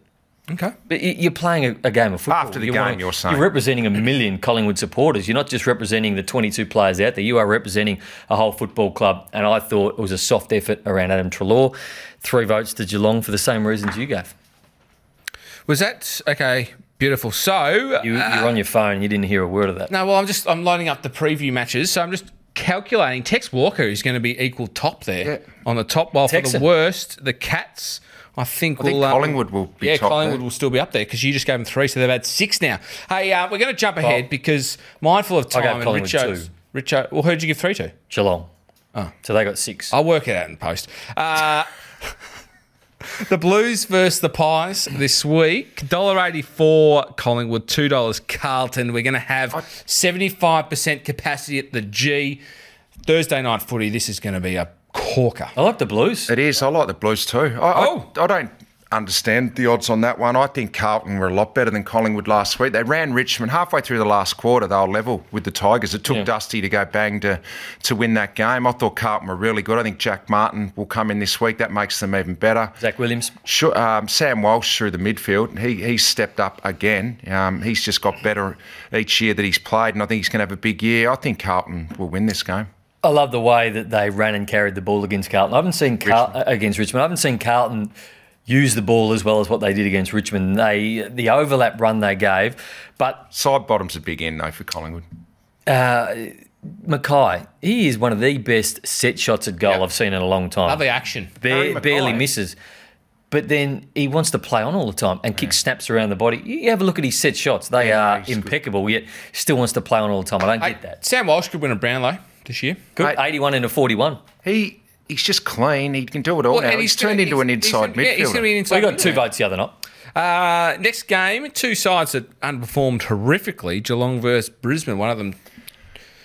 Okay. But you- you're playing a, a game of football. After the You game, wanna- you're saying. You're representing a million Collingwood supporters. You're not just representing the 22 players out there. You are representing a whole football club. And I thought it was a soft effort around Adam Trelaw. Three votes to Geelong for the same reasons you gave. Was that okay? Beautiful. So You, you're on your phone. You didn't hear a word of that. no, well, I'm just I'm lining up the preview matches, so I'm just calculating. Tex Walker is going to be equal top there on the top. While for Texan. the worst, the Cats, I think, I think will um, Collingwood will be yeah, top Collingwood there. will still be up there because you just gave them three, so they've had six now. Hey, uh, we're going to jump ahead because mindful of I time gave and Collingwood Richo's. two. Richo, well, who'd you give three to? Geelong. Oh. So they got six. I'll work it out in post. Uh, the Blues versus the Pies this week. $1.84 Collingwood, $2 Carlton. We're going to have 75% capacity at the G. Thursday night footy, this is going to be a corker. Oh. I like the Blues. It is. I like the Blues too. I, Oh. I, I don't understand the odds on that one. I think Carlton were a lot better than Collingwood last week. They ran Richmond halfway through the last quarter. They were level with the Tigers. It took Dusty to go bang to to win that game. I thought Carlton were really good. I think Jack Martin will come in this week. That makes them even better. Zach Williams. Sure, um, Sam Walsh through the midfield, he he stepped up again. Um, he's just got better each year that he's played, and I think he's going to have a big year. I think Carlton will win this game. I love the way that they ran and carried the ball against Carlton. I haven't seen Car- against Richmond. I haven't seen Carlton use the ball as well as what they did against Richmond. They the overlap run they gave, but Side bottom's a big in though for Collingwood. Mackay, he is one of the best set shots at goal I've seen in a long time. Lovely action. Bare- Harry barely Mackay. misses. But then he wants to play on all the time and kick snaps around the body. You have a look at his set shots; they are impeccable. Yet still wants to play on all the time. I don't get that. Sam Walsh could win a Brownlow this year. Good, Mate. eighty-one into forty-one. He he's just clean. He can do it all now. Oh, He's, turned gonna- into an he's- inside he's, midfielder. Yeah, he's going to be an inside We got two midfielder. votes the other night. Uh, next game, two sides that underperformed horrifically. Geelong versus Brisbane. One of them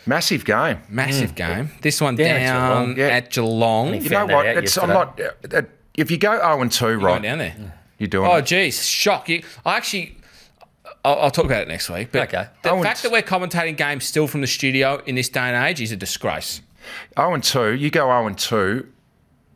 Massive game. massive game. This one Down at down Mm. Geelong. Yeah. at Geelong. You know found that what? out It's I'm not. yesterday. uh, uh, If you go zero and two, Going right, down there. you're doing. Oh, it. geez, shock! You- I actually, I'll, I'll talk about it next week. But Okay. the Oh, fact it's- that we're commentating games still from the studio in this day and age is a disgrace. zero oh and two. You go zero and two.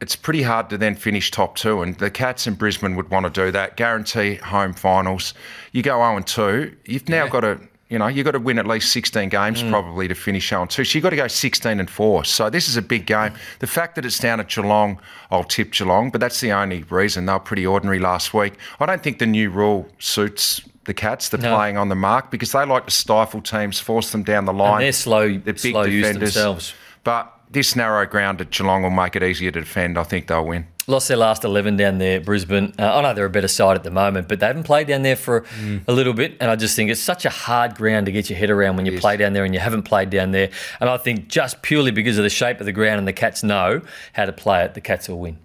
It's pretty hard to then finish top two, and the Cats in Brisbane would want to do that. Guarantee home finals. You go zero and two. You've now got to. You know, you've got to win at least 16 games Mm. probably to finish 0 and 2. So you've got to go 16 and 4. So this is a big game. The fact that it's down at Geelong, I'll tip Geelong, but that's the only reason. They were pretty ordinary last week. I don't think the new rule suits the Cats, the playing on the mark, because they like to stifle teams, force them down the line. they're slow- They're big slow used defenders. themselves. But this narrow ground at Geelong will make it easier to defend. I think they'll win. Lost their last 11 down there, Brisbane. Uh, I know they're a better side at the moment, but they haven't played down there for a little bit. And I just think it's such a hard ground to get your head around when you play down there and you haven't played down there. And I think just purely because of the shape of the ground and the Cats know how to play it, the Cats will win.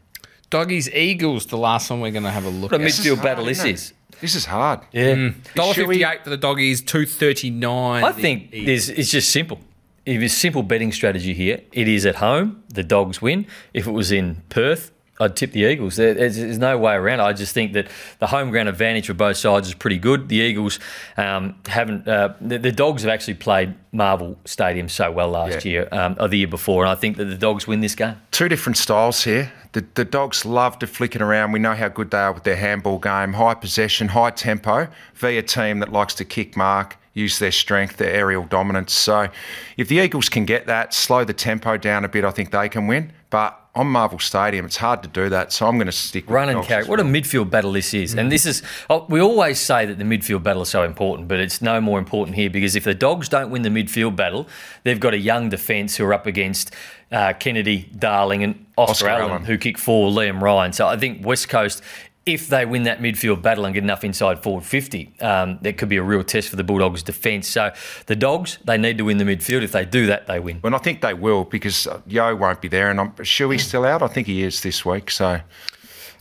Doggies Eagles, the last one we're going to have a look What a at. midfield battle Hard, this isn't it? is. This is hard. Yeah. Dollar Should we- fifty eight for the doggies, two thirty nine. I think there's, it's just simple. If it's simple betting strategy here, it is at home, the dogs win. If it was in Perth, I'd tip the Eagles. There- There's, there's no way around. it. I just think that the home ground advantage for both sides is pretty good. The Eagles um, haven't. Uh, the, the Dogs have actually played Marvel Stadium so well last Yeah. year um, or the year before, and I think that the Dogs win this game. two different styles here. The, the dogs love to flick it around. We know how good they are with their handball game, high possession, high tempo, via team that likes to kick mark, use their strength, their aerial dominance. So if the Eagles can get that, slow the tempo down a bit, I think they can win. But on Marvel Stadium, it's hard to do that. So I'm going to stick with Run the and Dogs carry. as What a well. midfield battle this is. And Mm. this is, oh, we always say that the midfield battle is so important, but it's no more important here because if the Dogs don't win the midfield battle, they've got a young defence who are up against uh, Kennedy, Darling, and Oscar, Oscar Allen, Allen. who kick for Liam Ryan. So I think West Coast. If they win that midfield battle and get enough inside forward 50, um, that could be a real test for the Bulldogs' defence. So the Dogs, they need to win the midfield. If they do that, they win. And I think they will because uh, Yo won't be there. And I'm Shuey's still out. I think he is this week. So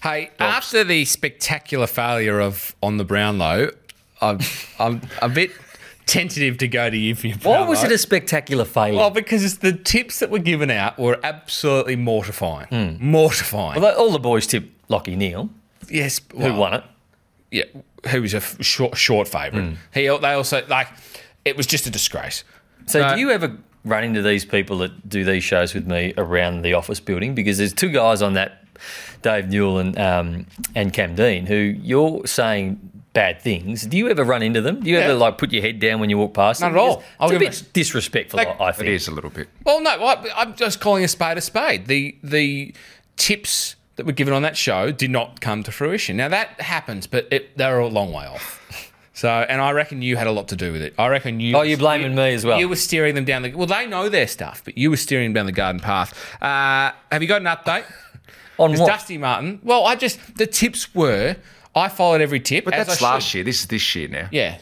Hey, after the spectacular failure of on the Brownlow, I'm, I'm a bit tentative to go to you for your Why power was vote. it a spectacular failure? Oh. Well, Oh, because it's the tips that were given out were absolutely mortifying. Hmm. Mortifying. Although all the boys tipped Lockie Neal, yes. who well, won it. Yeah, who was a f- short short Hmm. favourite. He al- they also like it was just a disgrace. So, No. do you ever run into these people that do these shows with me around the office building? Because there's two guys on that, Dave Newell and um, and Cam Dean, who you're saying bad things. Do you ever run into them? Do you ever Yeah. like put your head down when you walk past? Not them? at all. Because I'll It's a give bit disrespectful, Like- I think. It is a little bit. Well, no, I, I'm just calling a spade a spade. The the tips that were given on that show did not come to fruition. Now that happens, but it, they're a long way off. So, and I reckon you had a lot to do with it. I reckon you. Oh, you're blaming me as well. You were steering them down the. Well, they know their stuff, but you were steering them down the garden path. Uh, have you got an update? on It's what? Dusty Martin. Well, I just the tips were I followed every tip. But as that's I last should. year. This is this year now. Yeah.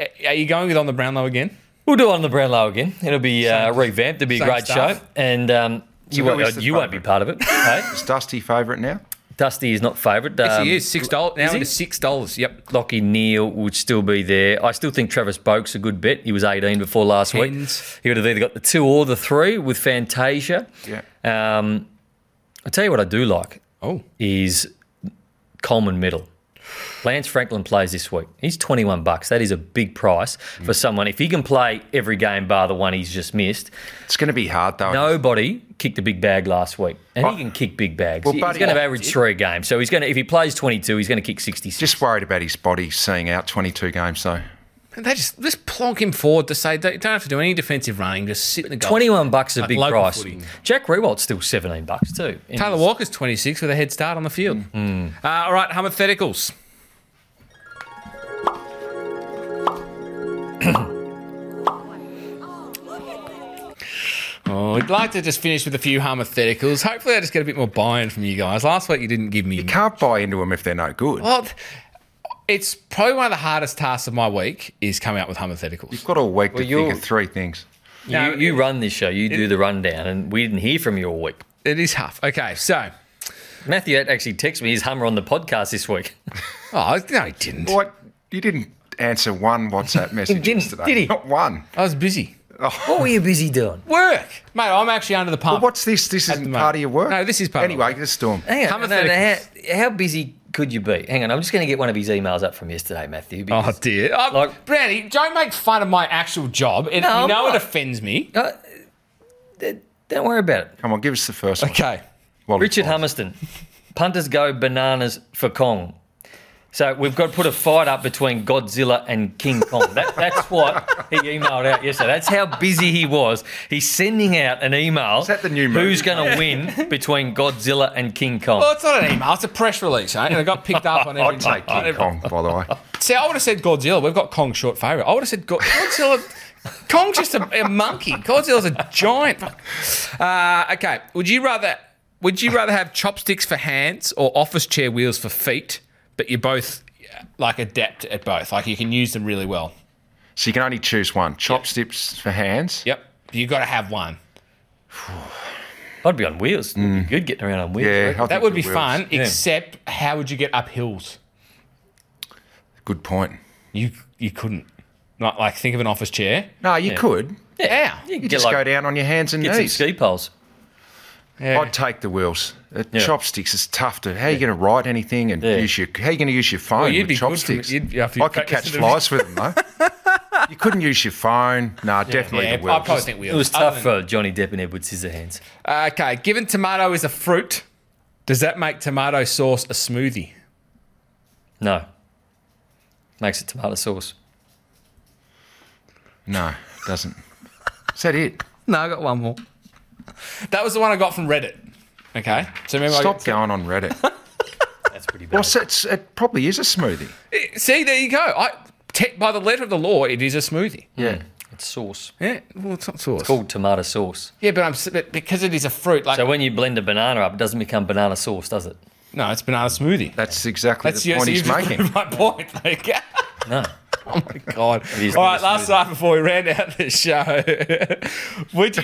A- Are you going with on the Brownlow again? We'll do it on the Brownlow again. It'll be uh, revamped. It'll be a same great stuff. show, and um, you who won't, is uh, the you won't be part of it. hey? Is Dusty favourite now? Dusty is not favourite. Yes, Um, he is six dollars now. he? Into six dollars. Yep. Lockie Neal would still be there. I still think Travis Boak's a good bet. He was 18 before last Tens. week. He would have either got the two or the three with Fantasia. Yeah. Um, I tell you what I do like Oh, is Coleman Middle. Lance Franklin plays this week. He's 21 bucks. That is a big price for someone. If he can play every game bar the one he's just missed, It's going to be hard though. Nobody kicked a big bag last week, and Oh. he can kick big bags. Well, he's Buddy going to Holt average three games, so he's going to if he plays twenty two, he's going to kick sixty six. Just worried about his body seeing out 22 games though. they just just plonk him forward to say they don't have to do any defensive running. Just sit in the goal. Twenty one bucks is a Like big local price. footy. Jack Rewalt's still seventeen bucks too. And Taylor he's- Walker's twenty six with a head start on the field. Uh, all right, hypotheticals. Oh, I'd like to just finish with a few hypotheticals. Hopefully, I just get a bit more buy-in from you guys. Last week, you didn't give me. Can't buy into them if they're no good. Well, th- it's probably one of the hardest tasks of my week is coming up with hypotheticals. You've got all week to think you're- of three things. No, you, you run this show, you do the rundown, and we didn't hear from you all week. It is tough. Okay, so Matthew actually texted me his hummer on the podcast this week. oh no, I didn't. What? You didn't answer one WhatsApp message didn't, yesterday. did he? Not one. I was busy. what were you busy doing? Work, mate. I'm actually under the pump. Well, what's this? This isn't Oh. moment. part of your work. No, this is part of Anyway, my this storm. Hang on, no, no, how, Hypotheticals. how busy could you be? Hang on, I'm just going to get one of his emails up from yesterday, Matthew. Oh because- dear, oh, Like- Brownie, don't make fun of my actual job. It, No, you I'm know not. it offends me. Uh, d- don't worry about it. Come on, give us the first one. Okay, While he Richard flies. Hummerston, punters go bananas for Kong. So we've got to put a fight up between Godzilla and King Kong. That, that's what he emailed out yesterday. That's how busy he was. He's sending out an email. Is that the new Who's movie? going to win between Godzilla and King Kong? well, Oh, it's not an email; it's a press release, right? And it got picked up on every. I'd take on King every- Kong, by the way. See, I would have said Godzilla. We've got Kong short favourite. I would have said Go- Godzilla. Kong's just a, a monkey. Godzilla's a giant. Uh, okay. Would you rather? Would you rather have chopsticks for hands or office chair wheels for feet? But you're both yeah, like adept at both. Like you can use them really well. So you can only choose one. Chopsticks for hands. Yep. You got to have one. I'd be on wheels. It'd be good getting around on wheels. Mm. Yeah, I right? That think would be it will. fun. Except, how would you get up hills? Good point. You you couldn't. Not like think of an office chair. No, you could. Yeah. You You could just get, like, go down on your hands and get some knees. ski poles. Yeah. I'd take the wheels. Uh, Yeah. Chopsticks is tough to. How are you going to write anything and Yeah. use your? How are you going to use your phone you'd with be good from- chopsticks? you'd- yeah, if you I could practice it catch a flies with them though. you couldn't use your phone. No, definitely yeah, I the wheels. probably think wheels. It was Other uh, tough for Johnny Depp and Edward Scissorhands. Okay, given tomato is a fruit, does that make tomato sauce a smoothie? No. Makes it tomato sauce. No, it doesn't. Is that it? No, I got one more. That was the one I got from Reddit. Okay, so remember, Stop going on Reddit. That's pretty bad. well, so it's, it probably is a smoothie. I got, see there you go. I te- by the letter of the law, it is a smoothie. Yeah. It's sauce. Yeah, well, it's not sauce. Called tomato sauce. Yeah, but I'm s- but because it is a fruit. Like So when you blend a banana up, it doesn't become banana sauce, does it? no, it's banana smoothie. That's exactly That's the your- point so he's you've just making. proved my point. Like, No. oh my god! is All not right, a last smoothie. night before we ran out the show, would you?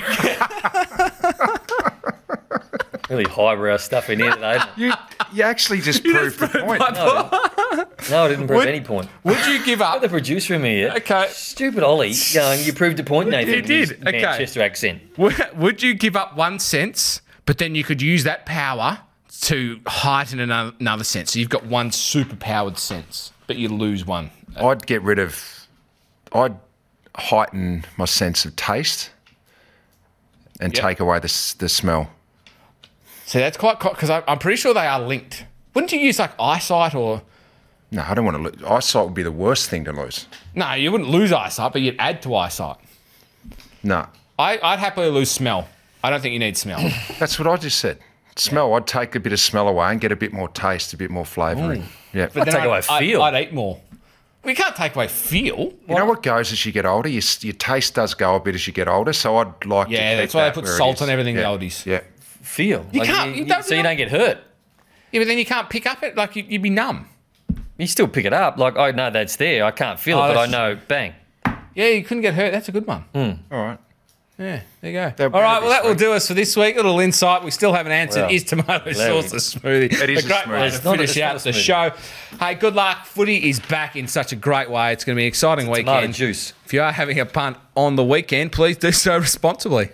Really highbrow stuff in here today. You, you actually just proved the point. my point. No, I didn't prove Would- any point. Would you give Got the up? producer in me here. Okay. Stupid Ollie. Going, you proved a point, Nathan. You with his did. Okay. Manchester accent. Would would you give up one sense, but then you could use that power to heighten another, another sense? So you've got one superpowered sense, but you lose one. I'd get rid of, I'd heighten my sense of taste and Yep. take away the, s- the smell. So that's quite because I'm pretty sure they are linked. Wouldn't you use like eyesight or No, I don't want to lose. Eyesight would be the worst thing to lose. no? You wouldn't lose eyesight, but you'd add to eyesight. No, I, I'd happily lose smell. I don't think you need smell. that's what I just said. Smell, I'd take a bit of smell away and get a bit more taste, a bit more flavouring. Yeah. But then take away feel. I'd eat more. We can't take away feel. you know what goes as you get older? Your, s- your taste does go a bit as you get older, so I'd like to. Yeah, keep that's why they that put where it salt is. on everything yeah. nowadays. Yeah. Feel. You can't- you don't so you know. don't get hurt. Yeah, but then you can't pick up it. Like you, you'd be numb. You still pick it up. Like, I know that's there. I can't feel Oh, it, but I that's- know, bang. Yeah, you couldn't get hurt. That's a good one. All right. Yeah, there you go. They're All right, better well, that this will week. do us for this week. A little insight. We still haven't answered. Well, is tomato there we sauce a smoothie? It is a great smoothie. way to It's not a- finish it's not out a the smoothie. show. Hey, good luck. Footy is back in such a great way. It's going to be an exciting tomato weekend. juice. If you are having a punt on the weekend, please do so responsibly.